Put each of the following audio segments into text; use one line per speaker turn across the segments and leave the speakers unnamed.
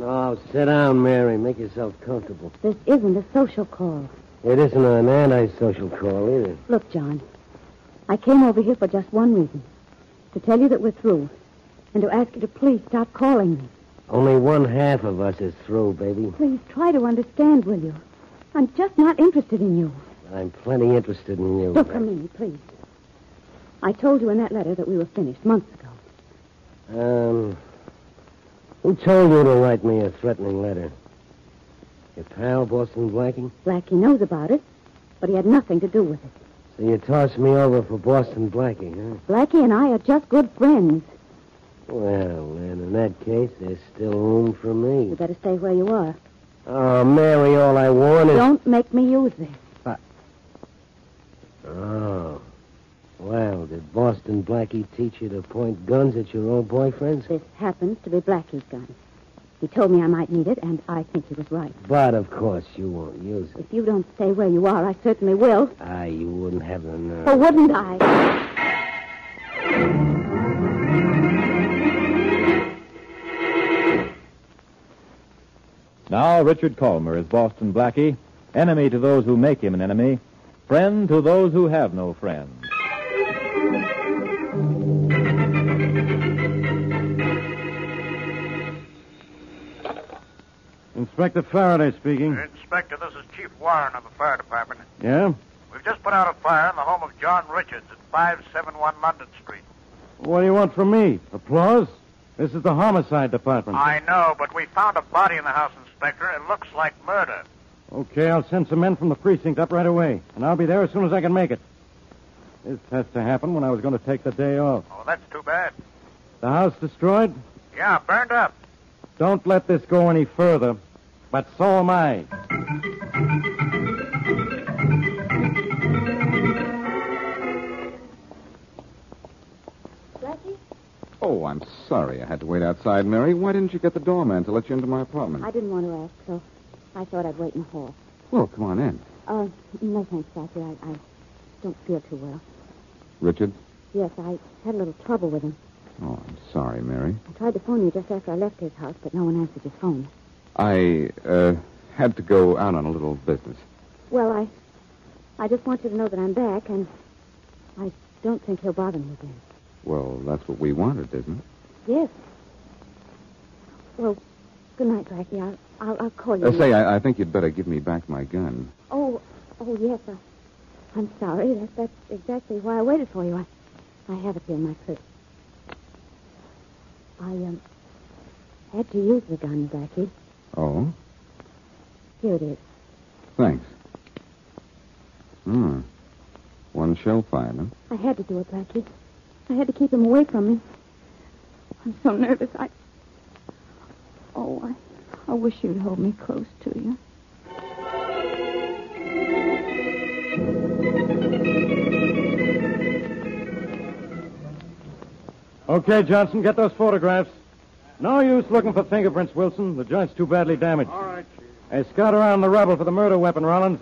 Oh, sit down, Mary. Make yourself comfortable.
This isn't a social call.
It isn't an antisocial call either.
Look, John, I came over here for just one reason to tell you that we're through, and to ask you to please stop calling me.
Only one half of us is through, baby.
Please try to understand, will you? I'm just not interested in you.
I'm plenty interested in you.
Look for me, please. I told you in that letter that we were finished months ago.
Um, who told you to write me a threatening letter? Your pal, Boston Blackie?
Blackie knows about it, but he had nothing to do with it.
So you tossed me over for Boston Blackie, huh?
Blackie and I are just good friends.
Well, then, in that case, there's still room for
You
me.
better stay where you are.
Oh, Mary, all I want is...
Don't make me use this.
Oh. Well, did Boston Blackie teach you to point guns at your old boyfriends?
This happens to be Blackie's gun. He told me I might need it, and I think he was right.
But, of course, you won't use it.
If you don't stay where you are, I certainly will.
Ah, you wouldn't have the nerve.
Or wouldn't I?
Now Richard Colmer is Boston Blackie, enemy to those who make him an enemy, friend to those who have no friend. Inspector Faraday speaking.
Inspector, this is Chief Warren of the fire department.
Yeah?
We've just put out a fire in the home of John Richards at 571 London Street.
What do you want from me? Applause? This is the homicide department.
I know, but we found a body in the house, Inspector. It looks like murder.
Okay, I'll send some men from the precinct up right away, and I'll be there as soon as I can make it. This has to happen when I was going to take the day off.
Oh, that's too bad.
The house destroyed?
Yeah, burned up.
Don't let this go any further. But so am I.
Blackie?
Oh, I'm sorry I had to wait outside, Mary. Why didn't you get the doorman to let you into my apartment?
I didn't want to ask, so I thought I'd wait in the hall.
Well, come on in.
Uh, no thanks, Blackie. I, I don't feel too well.
Richard?
Yes, I had a little trouble with him.
Oh, I'm sorry, Mary.
I tried to phone you just after I left his house, but no one answered his phone.
I, uh, had to go out on a little business.
Well, I, I just want you to know that I'm back, and I don't think he'll bother me again.
Well, that's what we wanted, isn't it?
Yes. Well, good night, Blackie. I'll, I'll, I'll call you.
Uh, say, I, I think you'd better give me back my gun.
Oh, oh yes. I, I'm sorry. That, that's exactly why I waited for you. I, I have it here in my purse. I, um, had to use the gun, Blackie.
Oh,
Here it is.
thanks. Hmm. One shell fired, huh?
I had to do it, Blackie. I had to keep him away from me. I'm so nervous. I. Oh, I, I wish you'd hold me close to you.
Okay, Johnson, get those photographs. No use looking for fingerprints, Wilson. The joint's too badly damaged. All right, Hey, scout around the rubble for the murder weapon, Rollins.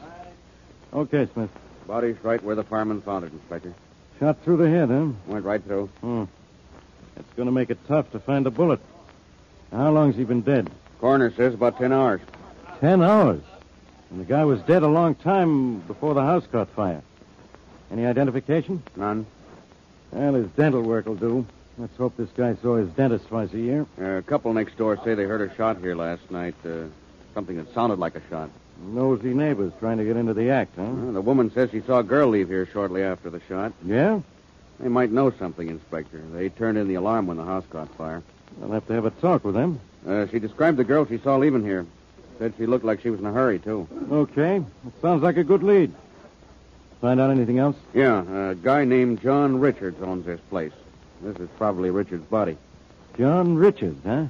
Okay, Smith.
Body's right where the fireman found it, Inspector.
Shot through the head, huh?
Went right through.
Hmm. It's going to make it tough to find a bullet. How long's he been dead?
Coroner says about ten hours.
Ten hours. And the guy was dead a long time before the house caught fire. Any identification?
None.
Well, his dental work will do. Let's hope this guy saw his dentist twice a year.
Uh, a couple next door say they heard a shot here last night. Uh, something that sounded like a shot.
Nosy neighbors trying to get into the act, huh?
Uh, the woman says she saw a girl leave here shortly after the shot.
Yeah?
They might know something, Inspector. They turned in the alarm when the house caught fire.
I'll have to have a talk with them.
Uh, she described the girl she saw leaving here. Said she looked like she was in a hurry, too.
Okay. That sounds like a good lead. Find out anything else?
Yeah, a guy named John Richards owns this place. This is probably Richards' body.
John Richards, huh?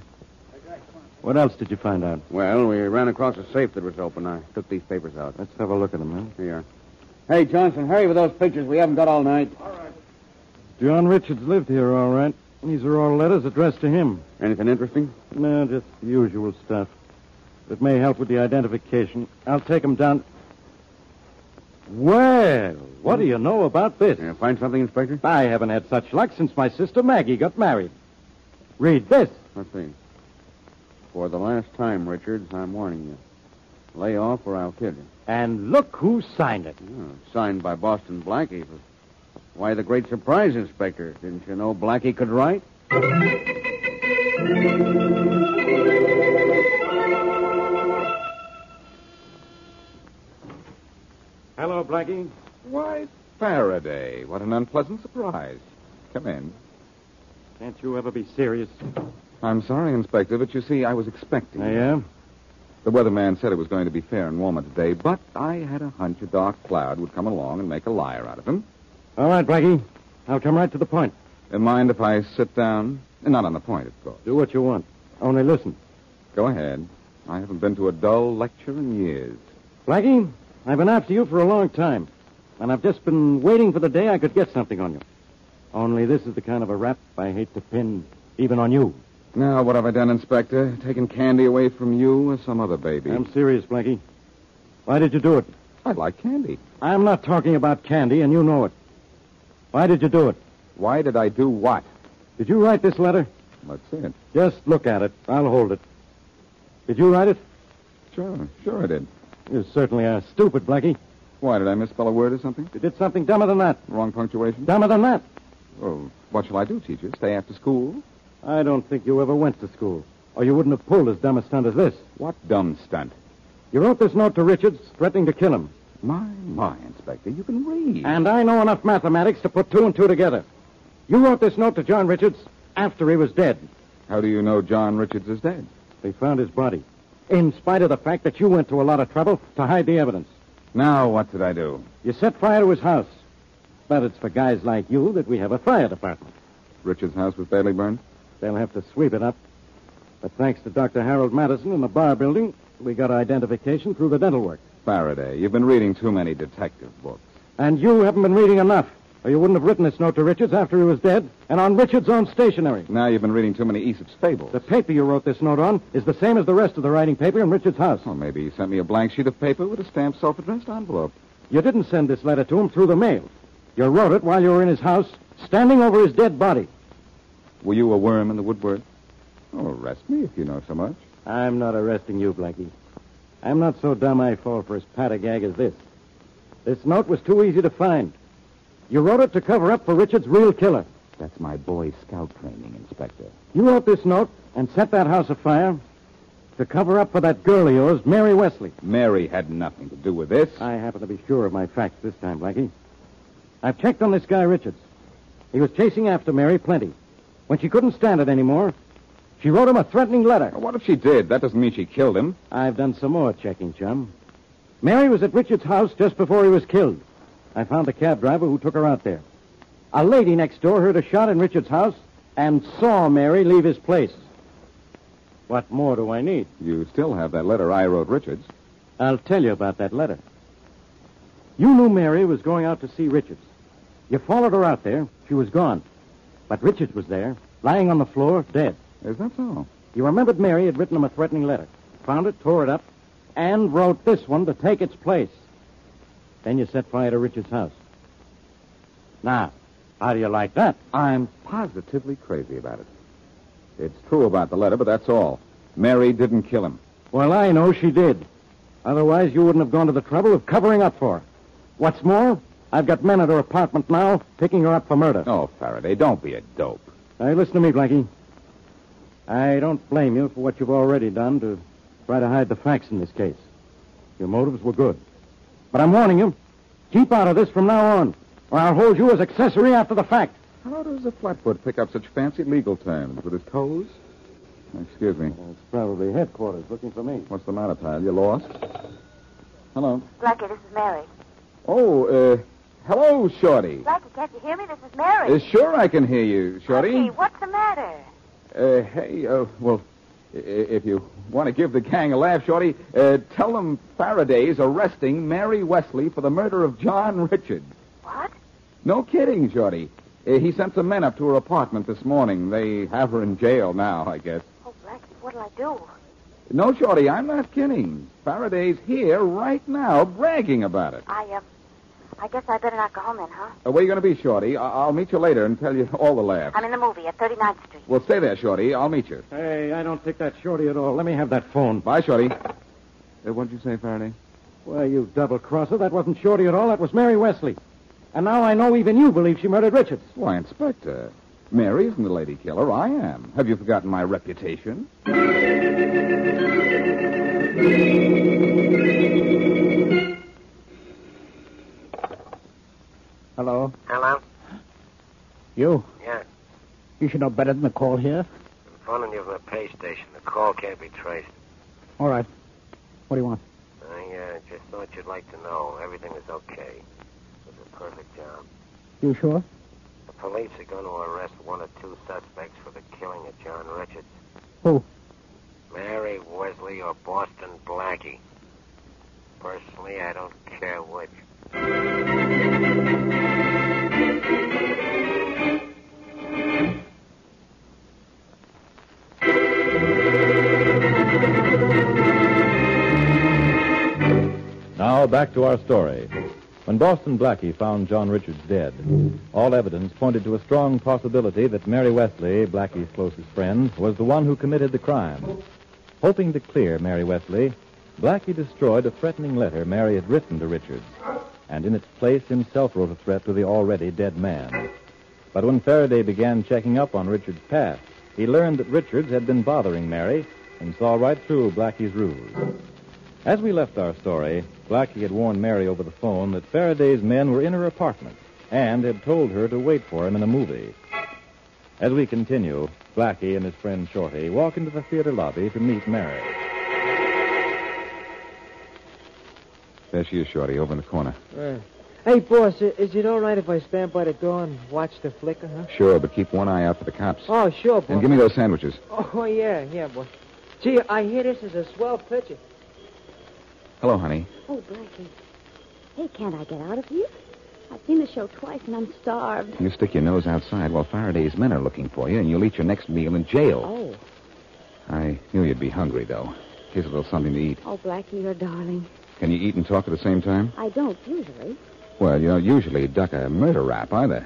What else did you find out?
Well, we ran across a safe that was open. I took these papers out.
Let's have a look at him, huh?
Here you are. Hey, Johnson, hurry with those pictures. We haven't got all night.
John Richards lived here, all right. These are all letters addressed to him.
Anything interesting?
No, just the usual stuff. That may help with the identification. I'll take him down. Well, what do you know about this?
Yeah, find something, Inspector?
I haven't had such luck since my sister Maggie got married. Read this.
Let's see. For the last time, Richards, I'm warning you. Lay off or I'll kill you.
And look who signed it.
Oh, signed by Boston Blackie. But why the great surprise, Inspector? Didn't you know Blackie could write?
Hello, Blackie.
Why, Faraday. What an unpleasant surprise. Come in.
Can't you ever be serious?
I'm sorry, Inspector, but you see, I was expecting.
I
you.
am.
The weatherman said it was going to be fair and warmer today, but I had a hunch a dark cloud would come along and make a liar out of him.
All right, Blackie. I'll come right to the point.
Uh, Mind if I sit down? Not on the point, of course.
Do what you want. Only listen.
Go ahead. I haven't been to a dull lecture in years.
Blackie, I've been after you for a long time, and I've just been waiting for the day I could get something on you. Only this is the kind of a rap I hate to pin even on you.
Now, what have I done, Inspector? Taken candy away from you or some other baby?
I'm serious, Blackie. Why did you do it?
I like candy.
I'm not talking about candy, and you know it. Why did you do it?
Why did I do what?
Did you write this letter?
Let's see it.
Just look at it. I'll hold it. Did you write it?
Sure, sure I did.
You certainly are stupid, Blackie.
Why, did I misspell a word or something?
You did something dumber than that.
Wrong punctuation?
Dumber than that.
Oh, what shall I do, teacher? Stay after school?
I don't think you ever went to school, or you wouldn't have pulled as dumb a stunt as this.
What dumb stunt.
You wrote this note to Richards, threatening to kill him.
My, my, Inspector, you can read.
And I know enough mathematics to put two and two together. You wrote this note to John Richards after he was dead.
How do you know John Richards is dead?
They found his body, in spite of the fact that you went to a lot of trouble to hide the evidence.
Now, what did I do?
You set fire to his house. But it's for guys like you that we have a fire department.
Richards' house was badly burned?
They'll have to sweep it up. But thanks to Dr. Harold Madison and the bar building, we got identification through the dental work.
Faraday, you've been reading too many detective books.
And you haven't been reading enough, or you wouldn't have written this note to Richards after he was dead and on Richards' own stationery.
Now you've been reading too many Aesop's fables.
The paper you wrote this note on is the same as the rest of the writing paper in Richard's house.
Well, maybe he sent me a blank sheet of paper with a stamped self-addressed envelope.
You didn't send this letter to him through the mail. You wrote it while you were in his house, standing over his dead body.
Were you a worm in the woodwork? Oh, arrest me if you know so much.
I'm not arresting you, Blackie. I'm not so dumb I fall for as pat a gag as this. This note was too easy to find. You wrote it to cover up for Richard's real killer.
That's my boy scout training, Inspector.
You wrote this note and set that house afire to cover up for that girl of yours, Mary Wesley.
Mary had nothing to do with this.
I happen to be sure of my facts this time, Blackie. I've checked on this guy, Richards. He was chasing after Mary plenty. When she couldn't stand it anymore, she wrote him a threatening letter.
What if she did? That doesn't mean she killed him.
I've done some more checking, chum. Mary was at Richard's house just before he was killed. I found the cab driver who took her out there. A lady next door heard a shot in Richard's house and saw Mary leave his place. What more do I need?
You still have that letter I wrote Richards.
I'll tell you about that letter. You knew Mary was going out to see Richards. You followed her out there. She was gone. But Richards was there, lying on the floor, dead.
Is that so?
You remembered Mary had written him a threatening letter, found it, tore it up, and wrote this one to take its place. Then you set fire to Richard's house. Now, how do you like that?
I'm positively crazy about it. It's true about the letter, but that's all. Mary didn't kill him.
Well, I know she did. Otherwise, you wouldn't have gone to the trouble of covering up for her. What's more, I've got men at her apartment now picking her up for murder.
Oh, Faraday, don't be a dope.
Hey, listen to me, Blackie. I don't blame you for what you've already done to try to hide the facts in this case. Your motives were good. But I'm warning you, keep out of this from now on, or I'll hold you as accessory after the fact.
How does a flatfoot pick up such fancy legal terms? With his toes? Excuse me.
Well, it's probably headquarters looking for me.
What's the matter, pal? You lost? Hello.
Blackie, this is Mary.
Oh, uh, hello, Shorty.
Blackie, can't you hear me? This is Mary.
Uh, sure I can hear you, Shorty.
Blackie, what's the matter?
Uh, hey, uh, well, i- if you want to give the gang a laugh, Shorty, uh, tell them Faraday's arresting Mary Wesley for the murder of John Richards.
What?
No kidding, Shorty. Uh, he sent some men up to her apartment this morning. They have her in jail now, I guess.
Oh, Blackie, what'll I do?
No, Shorty, I'm not kidding. Faraday's here right now bragging about it.
I, um, I guess I better not go home then, huh?
Uh, where you going to be, Shorty? I- I'll meet you later and tell you all the laughs.
I'm in the movie at 39th Street.
Well, stay there, Shorty. I'll meet you.
Hey, I don't think that's Shorty at all. Let me have that phone.
Bye, Shorty. Uh, what did you say, Faraday?
Well, you double crosser. That wasn't Shorty at all. That was Mary Wesley. And now I know even you believe she murdered Richards.
Why, Inspector, Mary isn't the lady killer. I am. Have you forgotten my reputation?
Hello.
Hello?
You.
Yeah,
You should know better than to call here.
I'm phoning you from the pay station. The call can't be traced.
All right. What do you want?
I uh, just thought you'd like to know everything was okay. It was a perfect job.
You sure?
The police are going to arrest one or two suspects for the killing of John Richards.
Who?
Mary Wesley or Boston Blackie. Personally, I don't care which.
Now back to our story. When Boston Blackie found John Richards dead, all evidence pointed to a strong possibility that Mary Wesley, Blackie's closest friend, was the one who committed the crime. Hoping to clear Mary Wesley, Blackie destroyed a threatening letter Mary had written to Richards, and in its place himself wrote a threat to the already dead man. But when Faraday began checking up on Richards' past, he learned that Richards had been bothering Mary and saw right through Blackie's ruse. As we left our story, Blackie had warned Mary over the phone that Faraday's men were in her apartment and had told her to wait for him in a movie. As we continue, Blackie and his friend Shorty walk into the theater lobby to meet Mary.
There she is, Shorty, over in the corner.
Uh, hey, boss, i- is it all right if I stand by the door and watch the flicker, huh?
Sure, but keep one eye out for the cops.
Oh, sure, boss.
And give me those sandwiches.
Oh, yeah, yeah, boss. Gee, I hear this is a swell picture.
Hello, honey.
Oh, Blackie. Hey, can't I get out of here? I've seen the show twice and I'm starved.
You stick your nose outside while Faraday's men are looking for you, and you'll eat your next meal in jail.
Oh.
I knew you'd be hungry, though. Here's a little something to eat.
Oh, Blackie, you're darling.
Can you eat and talk at the same time?
I don't usually.
Well, you don't usually duck a murder rap either.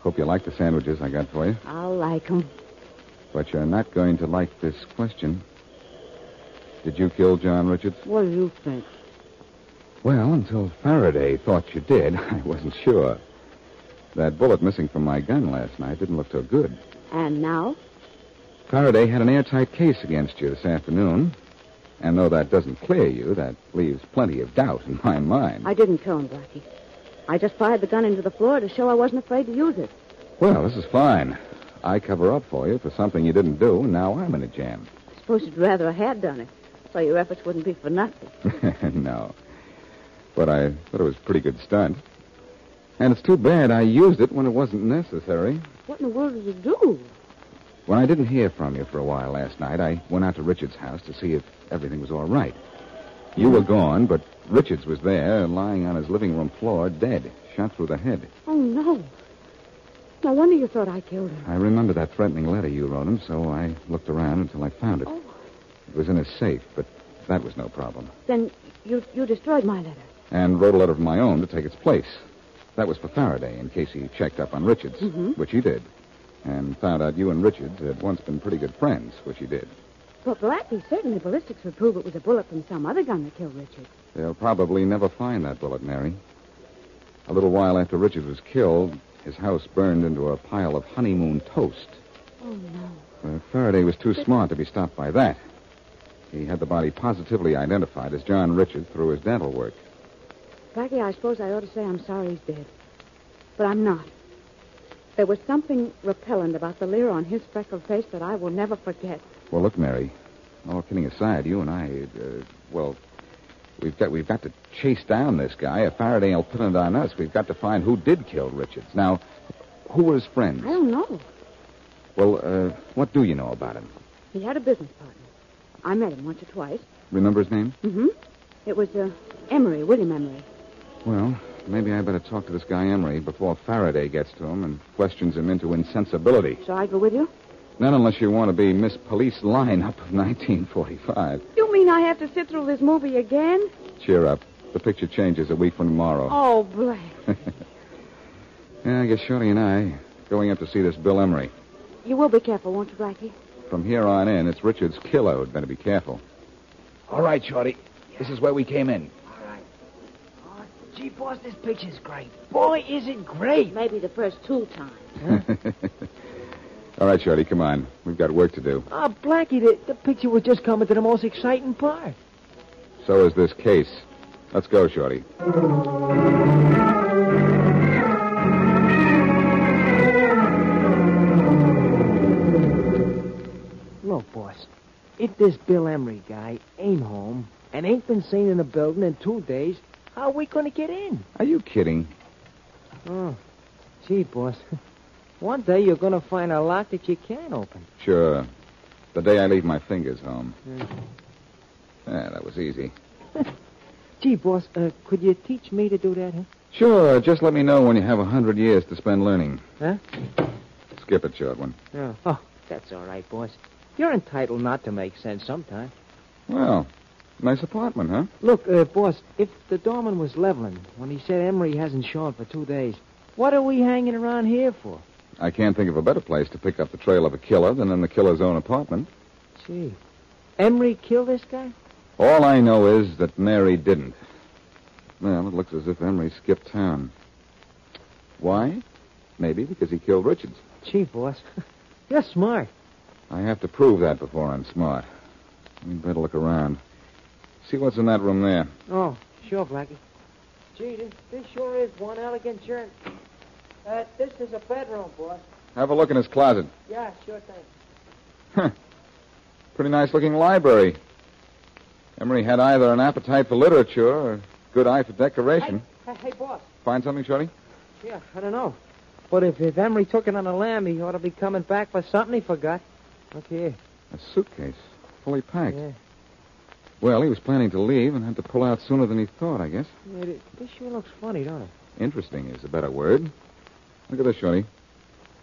Hope you like the sandwiches I got for you.
I'll like 'em.
But you're not going to like this question. Did you kill John Richards?
What do you think?
Well, until Faraday thought you did, I wasn't sure. That bullet missing from my gun last night didn't look so good.
And now?
Faraday had an airtight case against you this afternoon. And though that doesn't clear you, that leaves plenty of doubt in my mind.
I didn't kill him, Blackie.
I just fired the gun into the floor to show I wasn't afraid to use it.
Well, this is fine. I cover up for you for something you didn't do, and now I'm in a jam.
I suppose you'd rather I had done it, so your efforts wouldn't be for nothing.
no. But I thought it was a pretty good stunt. And it's too bad I used it when it wasn't necessary.
What in the world did you do?
When I didn't hear from you for a while last night, I went out to Richard's house to see if everything was all right. You were gone, but Richards was there, lying on his living room floor, dead, shot through the head.
Oh, no. No wonder you thought I killed him.
I remember that threatening letter you wrote him, so I looked around until I found it. It was in a safe, but that was no problem.
Then you, you destroyed my letter.
And wrote a letter of my own to take its place. That was for Faraday, in case he checked up on Richards,
Mm.
Mm-hmm.
Mhm.
which he did. And found out you and Richards had once been pretty good friends, which he did.
But Blackie, certainly ballistics would prove it was a bullet from some other gun that killed Richard.
They'll probably never find that bullet, Mary. A little while after Richard was killed, his house burned into a pile of honeymoon toast.
Oh, no.
Uh, Faraday was too smart to be stopped by that. He had the body positively identified as John Richard through his dental work.
Blackie, I suppose I ought to say I'm sorry he's dead. But I'm not. There was something repellent about the leer on his freckled face that I will never forget.
Well, look, Mary. All kidding aside, you and I, uh, well, we've got we've got to chase down this guy. If Faraday will put it on us, we've got to find who did kill Richards. Now, who were his
I
friends?
don't know.
Well, uh, what do you know about him?
He had a business partner. I met him once or twice.
Remember his name?
Mm-hmm. It was uh, Emery, William Emery.
Well, maybe I better talk to this guy Emery before Faraday gets to him and questions him into insensibility.
Shall I go with you?
Not unless you want to be Miss Police Lineup of 1945.
You mean I have to sit through this movie again?
Cheer up. The picture changes a week from tomorrow.
Oh, Black.
Yeah, I guess Shorty and I going up to see this Bill Emery.
You will be careful, won't you, Blackie?
From here on in, it's Richard's kilload. Better be careful.
All right, Shorty. This is where we came in.
Oh, Gee, boss, this picture's great. Boy, is it great.
Maybe the first two times.
All right, Shorty, come on. We've got work to do.
Ah, Blackie, the, the picture was just coming to the most exciting part.
So is this case. Let's go, Shorty.
Look, boss, if this Bill Emery guy ain't home and ain't been seen in the building in two days, how are we going to get in?
Are you kidding?
Oh, gee, boss, one day you're going to find a lock that you can't open.
Sure. The day I leave my fingers home.
Hmm.
Yeah, that was easy.
Gee, boss, uh, could you teach me to do that, huh?
Sure, just let me know when you have a hundred years to spend learning.
Huh?
Skip it, short one.
Yeah. Oh, that's all right, boss. You're entitled not to make sense sometime.
Well, nice apartment, huh?
Look, uh, boss, if the doorman was leveling when he said Emery hasn't shown for two days, what are we hanging around here for?
I can't think of a better place to pick up the trail of a killer than in the killer's own apartment.
Gee. Emery killed this guy?
All I know is that Mary didn't. Well, it looks as if Emery skipped town. Why? Maybe because he killed Richards.
Gee, boss. You're smart.
I have to prove that before I'm smart. We'd better look around. See what's in that room there.
Oh, sure, Blackie. Gee, this, this sure is one elegant journey. Uh, this is a bedroom, boss.
Have a look in his closet.
Yeah, sure thing.
Pretty nice looking library. Emery had either an appetite for literature or a good eye for decoration.
Hey, hey, boss.
Find something, Shorty?
Yeah, I don't know. But if, if Emery took it on a lamb, he ought to be coming back for something he forgot. Look here.
A suitcase, fully packed.
Yeah.
Well, he was planning to leave and had to pull out sooner than he thought, I guess.
Yeah, th- This sure looks funny, don't it?
Interesting is a better word. Look at this, Shorty.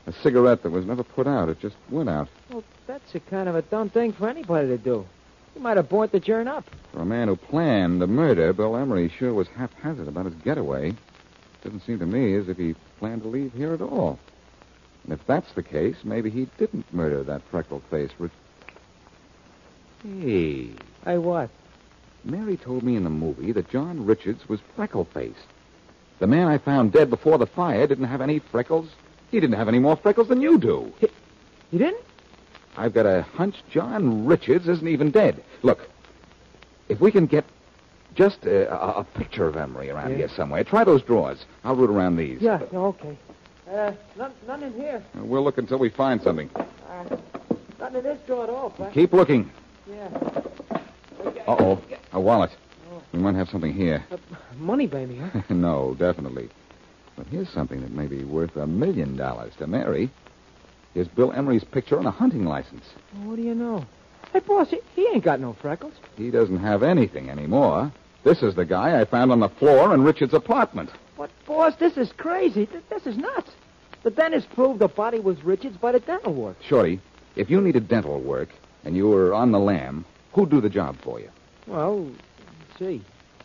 A cigarette that was never put out. It just went out.
Well, that's a kind of a dumb thing for anybody to do. You might have bought the journey up.
For a man who planned the murder, Bill Emery sure was haphazard about his getaway. Doesn't seem to me as if he planned to leave here at all. And if that's the case, maybe he didn't murder that freckled face. Rich... Hey,
Hey, what?
Mary told me in the movie that John Richards was freckle faced. The man I found dead before the fire didn't have any freckles. He didn't have any more freckles than you do.
You didn't?
I've got a hunch John Richards isn't even dead. Look, if we can get Just uh, a, a picture of Emery around
Yeah.
here somewhere. Try those drawers. I'll root around these.
Yeah, yeah, okay. Uh, none, none in here.
Uh, We'll look until we find something.
Uh, none in this drawer at all, Black.
Keep looking.
Yeah.
Uh oh. A wallet. We might have something here.
Money, baby, huh?
no, definitely. But here's something that may be worth a million dollars to Mary. Here's Bill Emery's picture on a hunting license.
What do you know? Hey, boss, he, he ain't got no freckles.
He doesn't have anything anymore. This is the guy I found on the floor in Richard's apartment.
But, boss, this is crazy. Th- this is nuts. The dentist proved the body was Richard's by the dental work.
Shorty, if you needed dental work and you were on the lam, who'd do the job for you?
Well, gee.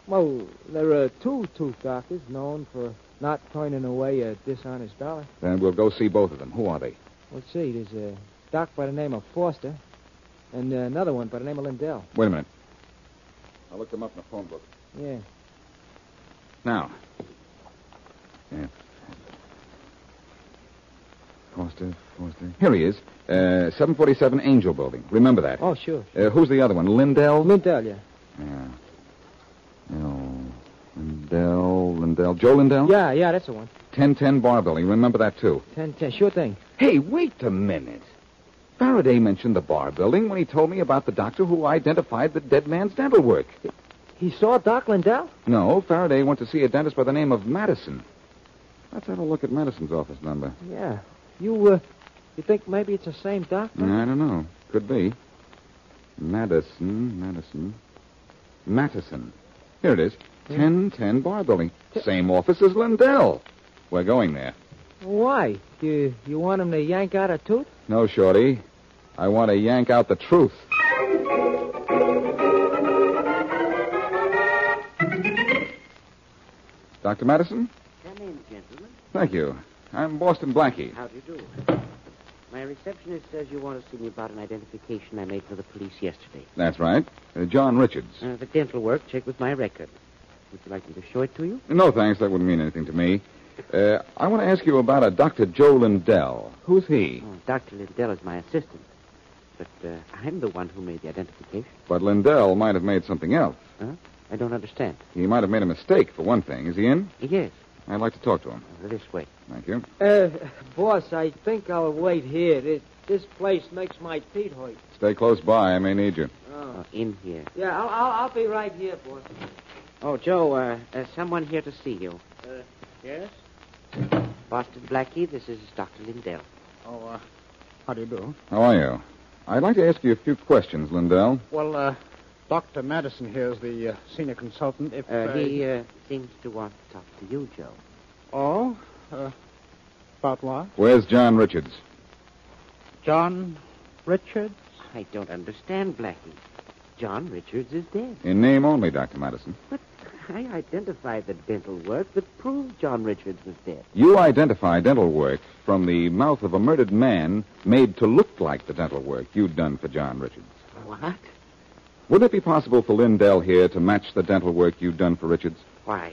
Well, there are two tooth doctors known for not turning away a dishonest dollar.
Then we'll go see both of them. Who are they?
Let's see, there's a doc by the name of Foster, and uh, another one by the name of Lindell.
Wait a minute. I looked them up in the phone book.
Yeah.
Now. Yeah. Foster, Foster. Here he is. Uh, 747 Angel Building. Remember that.
Oh, sure.
Uh, who's the other one? Lindell?
Lindell, yeah.
Yeah. No. Lindell, Lindell. Joe Lindell?
Yeah, yeah, that's the one.
1010 Bar Building. Remember that, too.
Ten, ten, sure thing.
Hey, wait a minute. Faraday mentioned the bar building when he told me about the doctor who identified the dead man's dental work.
He saw Doc Lindell?
No, Faraday went to see a dentist by the name of Madison. Let's have a look at Madison's office number.
Yeah. You, uh, you think maybe it's the same doc?
I don't know. Could be. Madison, Madison. Mattison. Here it is. 1010 Bar Building. Same office as Lindell. We're going there.
Why? You, you want him to yank out a tooth?
No, Shorty. I want to yank out the truth. Dr. Madison?
Come in, gentlemen.
Thank you. I'm Boston Blackie.
How do you do? My receptionist says you want to see me about an identification I made for the police yesterday.
That's right. Uh, John Richards.
Uh, the dental work, check with my record. Would you like me to show it to you?
No, thanks. That wouldn't mean anything to me. Uh, I want to ask you about a Dr. Joe Lindell. Who's he?
Oh, Dr. Lindell is my assistant. But uh, I'm the one who made the identification.
But Lindell might have made something else.
Huh? I don't understand.
He might have made a mistake, for one thing. Is he in?
Yes.
I'd like to talk to him.
This way.
Thank you.
Uh, boss, I think I'll wait here. This, this place makes my feet hurt.
Stay close by. I may need you.
Oh, in here.
Yeah, I'll, I'll, I'll be right here, boss.
Oh, Joe, uh, uh, someone here to see you.
Uh, yes?
Boston Blackie, this is Dr. Lindell.
Oh, uh, how do you do?
How are you? I'd like to ask you a few questions, Lindell.
Well, uh, Dr. Madison here is the uh, senior consultant. If
Uh, he uh, seems to want to talk to you, Joe.
Oh? Uh, about what?
Where's John Richards?
John Richards? I don't understand, Blackie. John Richards is dead.
In name only, Dr. Madison.
I identified the dental work that proved John Richards was dead.
You identify dental work from the mouth of a murdered man made to look like the dental work you'd done for John Richards.
What?
Would it be possible for Lindell here to match the dental work you'd done for Richards?
Why,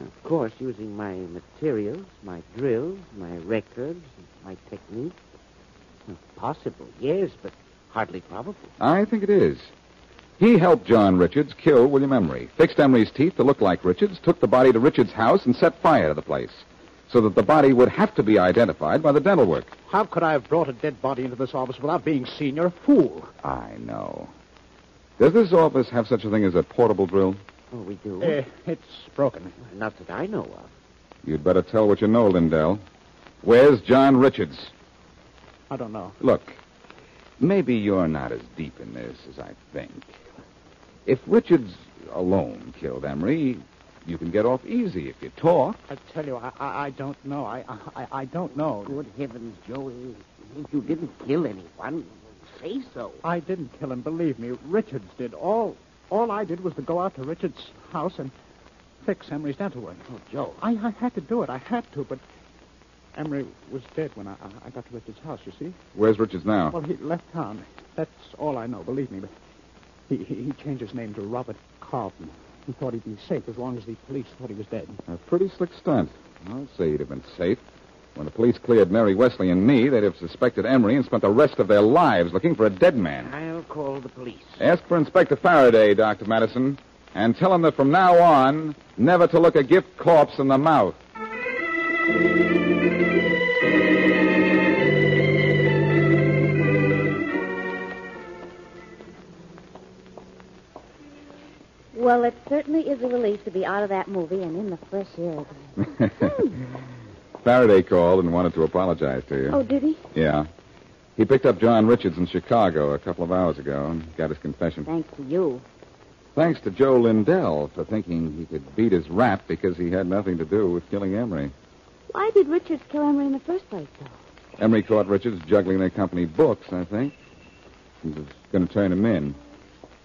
uh, of course, using my materials, my drills, my records, my technique. Well, Possible, yes, but hardly probable.
I think it is. He helped John Richards kill William Emery, fixed Emery's teeth to look like Richards, took the body to Richards' house, and set fire to the place so that the body would have to be identified by the dental work.
How could I have brought a dead body into this office without being seen? You're a fool.
I know. Does this office have such a thing as a portable drill?
Oh, we do.
Eh, it's broken.
Not that I know of.
You'd better tell what you know, Lindell. Where's John Richards?
I don't know.
Look, maybe you're not as deep in this as I think. If Richards alone killed Emery, you can get off easy if you talk.
I tell you, I, I, I don't know. I, I, I don't know.
Good heavens, Joey. If you didn't kill anyone, say so.
I didn't kill him, believe me. Richards did. All all I did was to go out to Richards' house and fix Emery's dental work.
Oh, Joe.
I, I had to do it. I had to, but Emery was dead when I, I- I got to Richards' house, you see?
Where's Richards now?
Well, he left town. That's all I know, believe me. But he, he, he changed his name to Robert Carlton. He thought he'd be safe as long as the police thought he was dead.
A pretty slick stunt. I'll say he'd have been safe. When the police cleared Mary Wesley and me, they'd have suspected Emery and spent the rest of their lives looking for a dead man.
I'll call the police.
Ask for Inspector Faraday, Dr. Madison, and tell him that from now on, never to look a gift corpse in the mouth.
Well, it certainly is a relief to be out of that movie and in the fresh air again.
Faraday called and wanted to apologize to you.
Oh, did he?
Yeah. He picked up John Richards in Chicago a couple of hours ago and got his confession.
Thanks to you.
Thanks to Joe Lindell for thinking he could beat his rap because he had nothing to do with killing Emery.
Why did Richards kill Emery in the first place, though?
Emery caught Richards juggling their company books, I think. He was going to turn him in.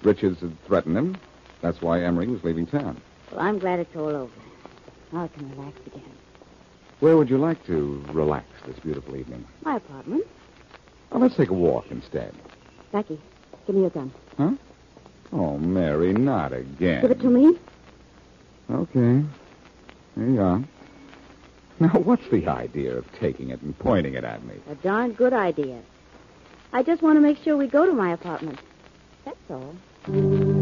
Richards had threatened him. That's why Emery was leaving town.
Well, I'm glad it's all over. Now I can relax again.
Where would you like to relax this beautiful evening?
My apartment.
Well, let's take a walk instead.
Becky, give me your gun.
Huh? Oh, Mary, not again.
Give it to me.
Okay. Here you are. Now, what's the idea of taking it and pointing it at me?
A darn good idea. I just want to make sure we go to my apartment. That's all.